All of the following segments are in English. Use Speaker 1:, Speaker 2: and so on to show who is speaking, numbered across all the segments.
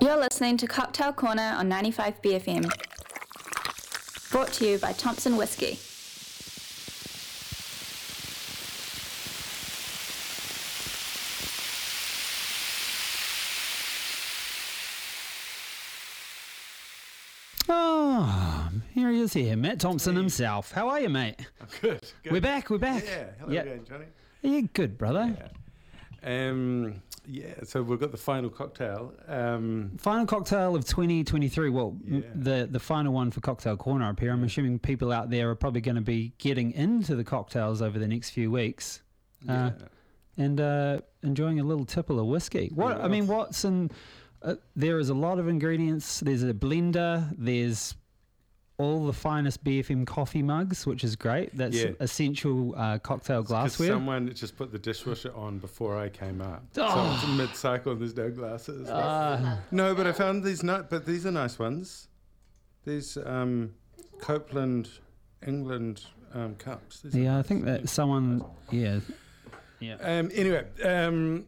Speaker 1: You're listening to Cocktail Corner on 95BFM. Brought to you by Thompson Whiskey.
Speaker 2: Ah, here he is here, Matt Thompson himself. How are you, mate?
Speaker 3: Good. good.
Speaker 2: We're back, we're back.
Speaker 3: Yeah. Hello
Speaker 2: yeah.
Speaker 3: again, Johnny.
Speaker 2: Yeah, good, brother.
Speaker 3: Yeah. Um, yeah. So we've got the final cocktail. Um,
Speaker 2: Final cocktail of 2023. Well, m-
Speaker 3: Yeah.
Speaker 2: the, the final one for Cocktail Corner up here. I'm assuming people out there are probably going to be getting into the cocktails over the next few weeks. Uh,
Speaker 3: yeah.
Speaker 2: and uh, enjoying a little tipple of whiskey. What I mean, what's in uh, there is a lot of ingredients. There's a blender. There's all the finest BFM coffee mugs, which is great. That's
Speaker 3: Yeah.
Speaker 2: essential uh, cocktail
Speaker 3: 'Cause
Speaker 2: glassware.
Speaker 3: Someone just put the dishwasher on before I came up.
Speaker 2: Oh.
Speaker 3: So it's mid-cycle and there's no glasses.
Speaker 2: Ah,
Speaker 3: No, but I found these. Ni- but these are nice ones. These um, Copeland, England um, cups. These are
Speaker 2: yeah, I
Speaker 3: nice.
Speaker 2: think that someone. Yeah,
Speaker 3: Um, anyway, um,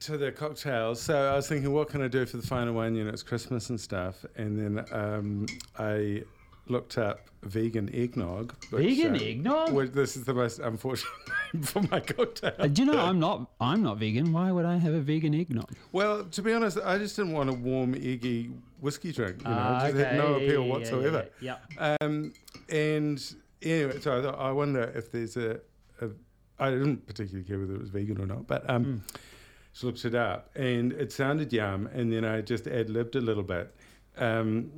Speaker 3: to the cocktails. So I was thinking, what can I do for the final one? You know, it's Christmas and stuff. And then um, I looked up vegan eggnog. which,
Speaker 2: vegan
Speaker 3: uh,
Speaker 2: eggnog.
Speaker 3: Which, this is the most unfortunate name for my cocktail.
Speaker 2: Uh, do you know I'm not? I'm not vegan. Why would I have a vegan eggnog?
Speaker 3: Well, to be honest, I just didn't want a warm, eggy whiskey drink. You know,
Speaker 2: Ah,
Speaker 3: it just had no
Speaker 2: okay,
Speaker 3: appeal
Speaker 2: yeah, yeah,
Speaker 3: whatsoever.
Speaker 2: Yeah.
Speaker 3: Um, and anyway, so I, thought, I wonder if there's a, a. I didn't particularly care whether it was vegan or not, but
Speaker 2: Hmm.
Speaker 3: um, just looked it up and it sounded yum. And then I just ad libbed a little bit. Um,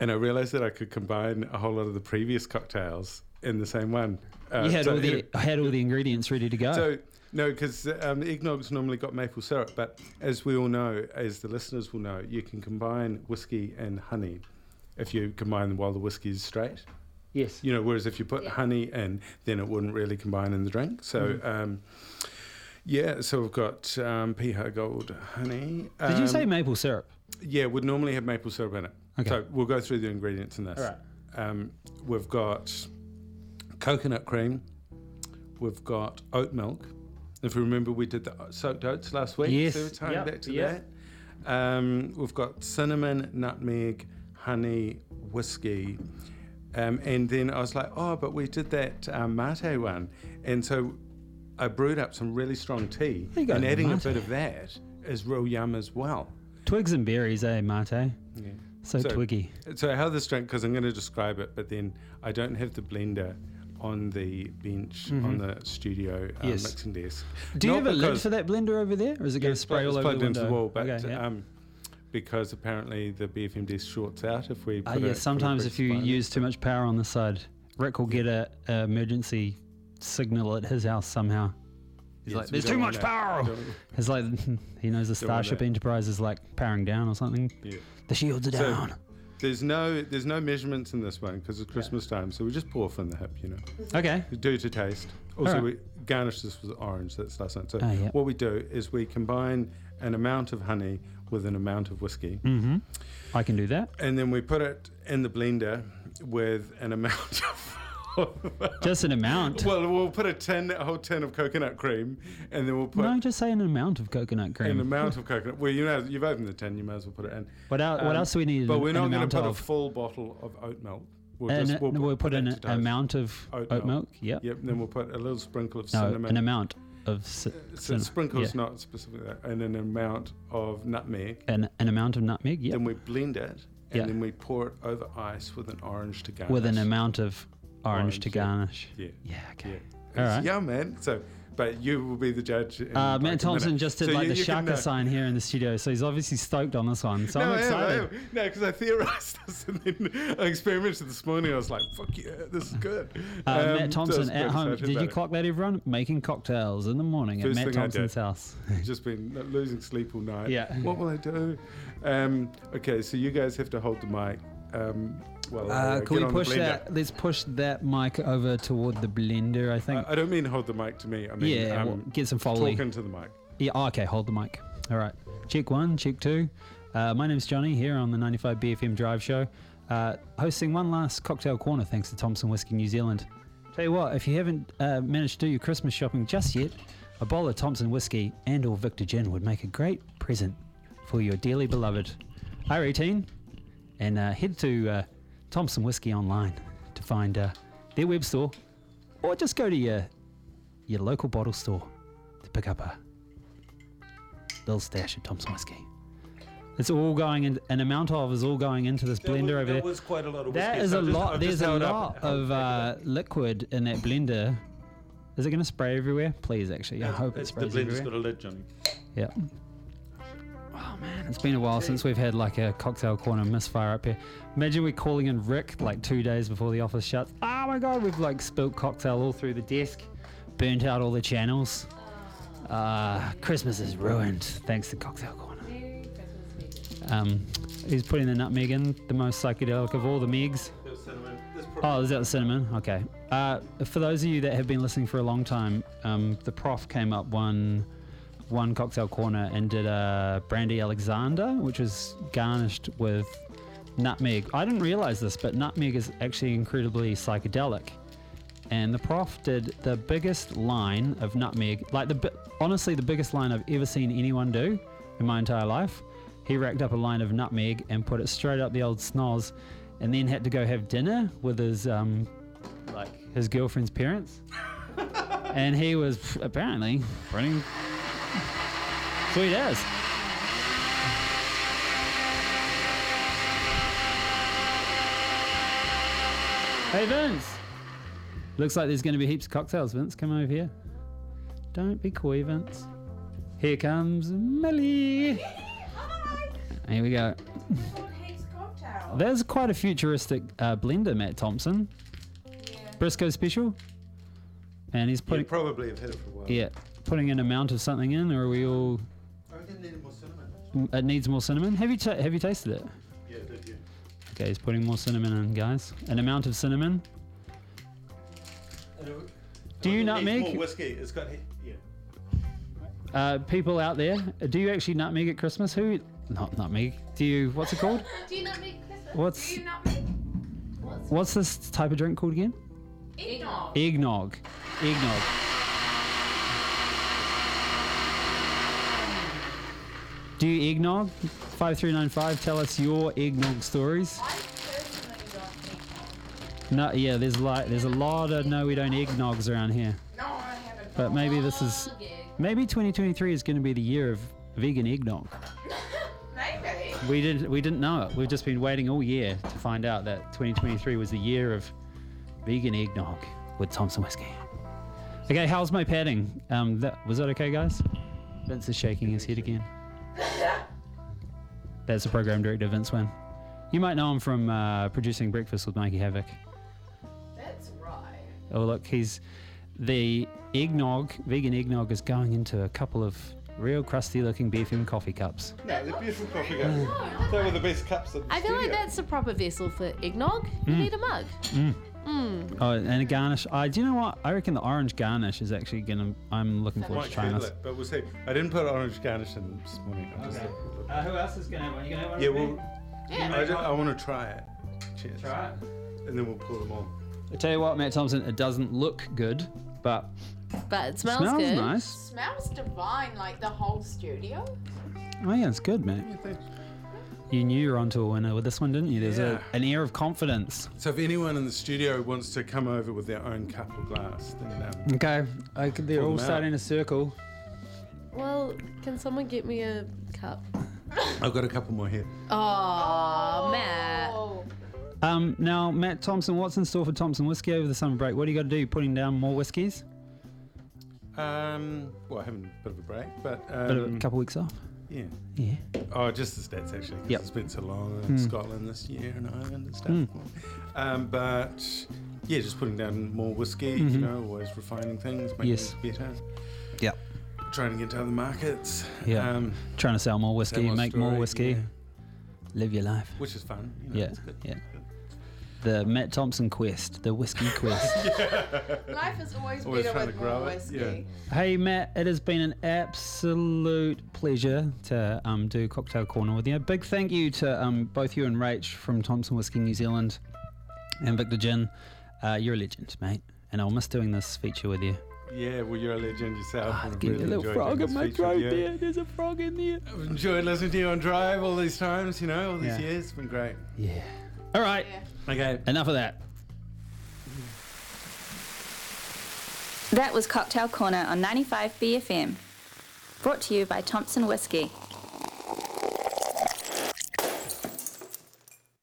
Speaker 3: and I realized that I could combine a whole lot of the previous cocktails in the same one. Uh,
Speaker 2: yeah. You had
Speaker 3: so
Speaker 2: all the
Speaker 3: anyway,
Speaker 2: had all the ingredients ready to go.
Speaker 3: so no, because um, eggnog's normally got maple syrup, but as we all know, as the listeners will know, you can combine whiskey and honey if you combine them while the whiskey is straight.
Speaker 2: yes.
Speaker 3: You know, whereas if you put honey in, then it wouldn't really combine in the drink. So. Um, yeah, so we've got um, Piha Gold honey.
Speaker 2: Did you
Speaker 3: Um,
Speaker 2: say maple syrup?
Speaker 3: yeah, would normally have maple syrup in it.
Speaker 2: Okay.
Speaker 3: So we'll go through the ingredients in this.
Speaker 2: All right.
Speaker 3: Um, we've got coconut cream. We've got oat milk. If you remember, we did the soaked oats last week.
Speaker 2: Yes.
Speaker 3: So we're tying
Speaker 2: Yep,
Speaker 3: back to
Speaker 2: yep.
Speaker 3: that. Um, we've got cinnamon, nutmeg, honey, whiskey. Um, and then I was like, oh, but we did that uh, mate one. And so I brewed up some really strong tea.
Speaker 2: There you go,
Speaker 3: and adding
Speaker 2: mate.
Speaker 3: a bit of that is real yum as well.
Speaker 2: Twigs and berries, eh, Mate?
Speaker 3: Yeah.
Speaker 2: So,
Speaker 3: So-
Speaker 2: twiggy.
Speaker 3: So how this drink? Because I'm going to describe it, but then I don't have the blender on the bench on the studio uh,
Speaker 2: Mm-hmm. Yes.
Speaker 3: mixing desk.
Speaker 2: Do you
Speaker 3: Not
Speaker 2: have a lid
Speaker 3: because-
Speaker 2: for that blender over there, or is it going to
Speaker 3: It's
Speaker 2: spray
Speaker 3: pl-
Speaker 2: all
Speaker 3: it's
Speaker 2: over the
Speaker 3: plugged into
Speaker 2: window?
Speaker 3: the wall, but
Speaker 2: Okay, yeah.
Speaker 3: um, because apparently the BFM desk shorts out if we.
Speaker 2: Ah,
Speaker 3: Put a-
Speaker 2: yeah,
Speaker 3: put a
Speaker 2: sometimes
Speaker 3: brick
Speaker 2: if you
Speaker 3: spine in.
Speaker 2: use too much power on the side, Rick will get a, a emergency signal at his house somehow. He's
Speaker 3: Yeah,
Speaker 2: like,
Speaker 3: so we
Speaker 2: "There's
Speaker 3: don't
Speaker 2: too
Speaker 3: want
Speaker 2: much
Speaker 3: that.
Speaker 2: power."
Speaker 3: Don't-
Speaker 2: It's like he knows the
Speaker 3: want
Speaker 2: Starship
Speaker 3: that.
Speaker 2: Enterprise is like powering down or something.
Speaker 3: yeah.
Speaker 2: The shields are
Speaker 3: So-
Speaker 2: down.
Speaker 3: There's no there's no measurements in this one because it's Christmas time, so we just pour from the hip, you know.
Speaker 2: okay.
Speaker 3: We do to taste. Also,
Speaker 2: Alright.
Speaker 3: we garnish this with orange. That's last night. So
Speaker 2: Ah, yeah.
Speaker 3: what we do is we combine an amount of honey with an amount of whiskey.
Speaker 2: Mm-hmm. I can do that.
Speaker 3: and then we put it in the blender with an amount of.
Speaker 2: Just an amount.
Speaker 3: well, we'll put a tin, a whole tin of coconut cream, and then we'll put
Speaker 2: no, just say an amount of coconut cream.
Speaker 3: an amount of coconut. Well, you know, you've opened the tin, you may as well put it in.
Speaker 2: what, el- what
Speaker 3: Um,
Speaker 2: else do we need?
Speaker 3: But
Speaker 2: an-
Speaker 3: we're
Speaker 2: an
Speaker 3: not going
Speaker 2: amount
Speaker 3: to put a
Speaker 2: of?
Speaker 3: full bottle of oat milk. We'll
Speaker 2: An-
Speaker 3: just
Speaker 2: we'll, put in
Speaker 3: that
Speaker 2: an
Speaker 3: to toast.
Speaker 2: amount of
Speaker 3: Oat
Speaker 2: oat
Speaker 3: milk.
Speaker 2: milk. Yep.
Speaker 3: Yep, and then we'll put a little sprinkle of
Speaker 2: No,
Speaker 3: cinnamon.
Speaker 2: an amount of c-
Speaker 3: so
Speaker 2: cinnamon.
Speaker 3: sprinkles,
Speaker 2: yeah.
Speaker 3: not specifically, that, and an amount of nutmeg.
Speaker 2: an, an amount of nutmeg. Yep.
Speaker 3: Then we blend it, and
Speaker 2: Yeah.
Speaker 3: then we pour it over ice with an orange to garnish.
Speaker 2: with an amount of orange,
Speaker 3: Orange,
Speaker 2: to
Speaker 3: yeah.
Speaker 2: garnish.
Speaker 3: Yeah.
Speaker 2: Yeah,
Speaker 3: Yeah.
Speaker 2: okay. Uh,
Speaker 3: It's
Speaker 2: All right.
Speaker 3: Yum, man. So, but you will be the judge. in
Speaker 2: Uh,
Speaker 3: like a
Speaker 2: Matt Thompson
Speaker 3: minute.
Speaker 2: just did
Speaker 3: So
Speaker 2: like
Speaker 3: you-
Speaker 2: the
Speaker 3: you can,
Speaker 2: Shaka
Speaker 3: uh,
Speaker 2: sign here in the studio, so he's obviously stoked on this one. So
Speaker 3: No,
Speaker 2: I'm
Speaker 3: I am, I
Speaker 2: excited. Uh,
Speaker 3: am. No, because I theorized this and then I experimented this morning. I was like, fuck yeah, this is good.
Speaker 2: Uh,
Speaker 3: Um, so I
Speaker 2: Matt
Speaker 3: was
Speaker 2: Thompson
Speaker 3: quite
Speaker 2: at home.
Speaker 3: excited
Speaker 2: Did you
Speaker 3: about it.
Speaker 2: clock that, everyone? Making cocktails in the morning
Speaker 3: First
Speaker 2: at Matt
Speaker 3: thing I
Speaker 2: Thompson's
Speaker 3: did.
Speaker 2: house.
Speaker 3: Just been losing sleep all night.
Speaker 2: Yeah.
Speaker 3: What will I do? Um, okay, so you guys have to hold the mic. Um, well,
Speaker 2: Uh,
Speaker 3: get
Speaker 2: can we
Speaker 3: on the
Speaker 2: push
Speaker 3: blender.
Speaker 2: that? Let's push that mic over toward the blender. I think.
Speaker 3: I, I don't mean hold the mic to me. Uh, I mean,
Speaker 2: yeah,
Speaker 3: um,
Speaker 2: well, get some foley.
Speaker 3: talking to the mic.
Speaker 2: Yeah, oh, okay, hold the mic. All right. Check one, check two. Uh, my name's Johnny here on the 95 BFM Drive Show, uh, hosting one last cocktail corner thanks to Thompson Whiskey New Zealand. Tell you what, if you haven't uh, managed to do your Christmas shopping just yet, a bottle of Thompson Whiskey and or Victor Gin would make a great present for your dearly beloved R18 and uh, head to uh, Thompson Whiskey online to find uh, their web store or just go to your your local bottle store to pick up a little stash of Thompson Whiskey. It's all going in, an amount of is all going into this
Speaker 4: That was-
Speaker 2: blender over
Speaker 4: that
Speaker 2: there.
Speaker 4: was quite a lot of
Speaker 2: That
Speaker 4: whiskey,
Speaker 2: is
Speaker 4: so
Speaker 2: a
Speaker 4: I've just-
Speaker 2: lot.
Speaker 4: I've
Speaker 2: There's
Speaker 4: just
Speaker 2: a
Speaker 4: held up
Speaker 2: lot
Speaker 4: how
Speaker 2: of
Speaker 4: big it
Speaker 2: uh, liquid in that blender. Is it going to spray everywhere? Please, actually. I
Speaker 4: It's-
Speaker 2: hope it
Speaker 4: it's-
Speaker 2: sprays
Speaker 4: The blender's
Speaker 2: everywhere.
Speaker 4: got a lid, Johnny.
Speaker 2: Yeah. Hmm. Oh man, it's been a while since we've had like a cocktail corner misfire up here. Imagine we're calling in Rick like two days before the office shuts. Oh my god, we've like spilt cocktail all through the desk, burnt out all the channels. Uh, Christmas is ruined thanks to cocktail corner. Um, he's putting the nutmeg in, the most psychedelic of all the megs. Oh, is that the cinnamon? Okay. Uh, for those of you that have been listening for a long time, um, the prof came up one one cocktail corner and did a brandy Alexander, which is garnished with nutmeg. I didn't realize this, but nutmeg is actually incredibly psychedelic. And the prof did the biggest line of nutmeg, like the bi- honestly the biggest line I've ever seen anyone do in my entire life. He racked up a line of nutmeg and put it straight up the old snoz, and then had to go have dinner with his um, like his girlfriend's parents. and he was pff, apparently running. Sweet as. Hey Vince! Looks like there's going to be heaps of cocktails, Vince. Come over here. Don't be coy, Vince. Here comes Millie. Here we go. There's quite a futuristic uh, blender, Matt Thompson. Briscoe special. And he's
Speaker 4: You
Speaker 2: putting
Speaker 4: probably have had it for a while.
Speaker 2: yeah, putting an amount of something in, or are we all?
Speaker 4: I reckon they need more cinnamon.
Speaker 2: It needs more cinnamon. Have you ta have you tasted it?
Speaker 4: Yeah, did you?
Speaker 2: Okay, he's putting more cinnamon in, guys. An amount of cinnamon. Do you
Speaker 4: It needs
Speaker 2: nutmeg?
Speaker 4: More whiskey. It's got. he- Yeah.
Speaker 2: Uh, people out there, do you actually nutmeg at Christmas? Who? Not nutmeg. Do you? What's it called?
Speaker 5: Do you not make Christmas?
Speaker 2: What's-
Speaker 5: Do you not make
Speaker 2: What's this type of drink called again?
Speaker 5: eggnog?
Speaker 2: Eggnog. Eggnog. Do you eggnog? 5395, tell us your eggnog stories.
Speaker 5: I personally don't make eggnog.
Speaker 2: No, yeah, there's like there's a lot of no we don't eggnogs around here.
Speaker 5: No, I haven't.
Speaker 2: But maybe this is
Speaker 5: Maybe.
Speaker 2: maybe 2023 is going to be the year of vegan eggnog.
Speaker 5: Maybe.
Speaker 2: We didn't we didn't know it. We've just been waiting all year to find out that 2023 was the year of vegan eggnog with Thompson whiskey. Okay, how's my padding? Um, that, was that okay, guys? Vince is shaking his head again. That's the program director, Vince Wynn. You might know him from uh, producing Breakfast with Mikey Havoc.
Speaker 5: That's right.
Speaker 2: Oh, look, he's the eggnog, vegan eggnog is going into a couple of real crusty looking BFM coffee cups.
Speaker 4: No, they're beautiful coffee
Speaker 2: Oh,
Speaker 4: cups. They were the best cups in the
Speaker 6: I feel like
Speaker 4: studio.
Speaker 6: that's the proper vessel for eggnog.
Speaker 3: Mm.
Speaker 6: You need a mug.
Speaker 2: Oh, and a garnish. I do you know what? I reckon the orange garnish is actually gonna. I'm looking forward
Speaker 3: Might
Speaker 2: to trying
Speaker 3: feel
Speaker 2: this.
Speaker 3: it, but we'll see. I didn't put orange garnish in this morning. I'm just-
Speaker 2: Uh, who else is gonna have one? You gonna have one?
Speaker 3: yeah, well,
Speaker 6: Yeah.
Speaker 3: I, want to try it. Cheers. And then we'll pull them all.
Speaker 2: I tell you what, Matt Thompson, it doesn't look good, but
Speaker 6: But it smells,
Speaker 2: smells
Speaker 6: good.
Speaker 2: nice.
Speaker 5: Smells divine, like the whole studio.
Speaker 2: Oh yeah, it's good, Matt. You knew you were onto a winner with this one, didn't you? There's
Speaker 3: Yeah.
Speaker 2: a, an air of confidence.
Speaker 3: So if anyone in the studio wants to come over with their own cup or glass, then um,
Speaker 2: Okay, I, could- they're
Speaker 3: Pull
Speaker 2: all
Speaker 3: them out.
Speaker 2: starting a circle.
Speaker 6: Well, can someone get me a cup?
Speaker 3: I've got a couple more here.
Speaker 6: Oh, Matt.
Speaker 5: Oh,
Speaker 2: Um, now, Matt Thompson, what's in store for Thompson Whiskey over the summer break? What do you got to do? Putting down more whiskies?
Speaker 3: Um, well, I having a bit of a break, but
Speaker 2: Bit of
Speaker 3: um,
Speaker 2: a couple weeks off.
Speaker 3: yeah.
Speaker 2: Yeah.
Speaker 3: Oh, just the stats actually. 'cause
Speaker 2: Yep. Hmm.
Speaker 3: It's been so long in Scotland this year and Ireland and stuff. Um, but yeah, just putting down more whiskey. You know, always refining things, making
Speaker 2: Mm-hmm. Yes.
Speaker 3: things better.
Speaker 2: Yep.
Speaker 3: Trying to get to other markets.
Speaker 2: Yeah.
Speaker 3: Um,
Speaker 2: Trying to sell more
Speaker 3: tell
Speaker 2: whiskey,
Speaker 3: my
Speaker 2: make more
Speaker 3: story,
Speaker 2: whiskey,
Speaker 3: yeah,
Speaker 2: live your life.
Speaker 3: which is fun. You know,
Speaker 2: Yeah,
Speaker 3: it's good.
Speaker 2: yeah. The Matt Thompson quest, the whiskey quest.
Speaker 5: life is always,
Speaker 3: Always
Speaker 5: better
Speaker 3: trying
Speaker 5: with
Speaker 3: to grow
Speaker 5: more
Speaker 3: it,
Speaker 5: whiskey.
Speaker 3: yeah.
Speaker 2: hey Matt, it has been an absolute pleasure to um, do Cocktail Corner with you. A big thank you to um, both you and Rach from Thompson Whiskey New Zealand and Victor Gin. Uh, you're a legend, mate, and I'll miss doing this feature with you.
Speaker 3: Yeah, well, you're a legend yourself.
Speaker 2: Ah,
Speaker 3: and I've
Speaker 2: give me
Speaker 3: really
Speaker 2: a little
Speaker 3: enjoyed
Speaker 2: frog
Speaker 3: doing
Speaker 2: in
Speaker 3: this
Speaker 2: my
Speaker 3: feature with
Speaker 2: throat
Speaker 3: you.
Speaker 2: there. There's a frog in there.
Speaker 3: I've enjoyed listening to you on Drive all these times, you know, all these
Speaker 2: Yeah.
Speaker 3: years. It's been great.
Speaker 2: Yeah. All right.
Speaker 5: Yeah.
Speaker 3: Okay.
Speaker 2: Enough of that.
Speaker 1: That was Cocktail Corner on 95 BFM. Brought to you by Thompson Whiskey.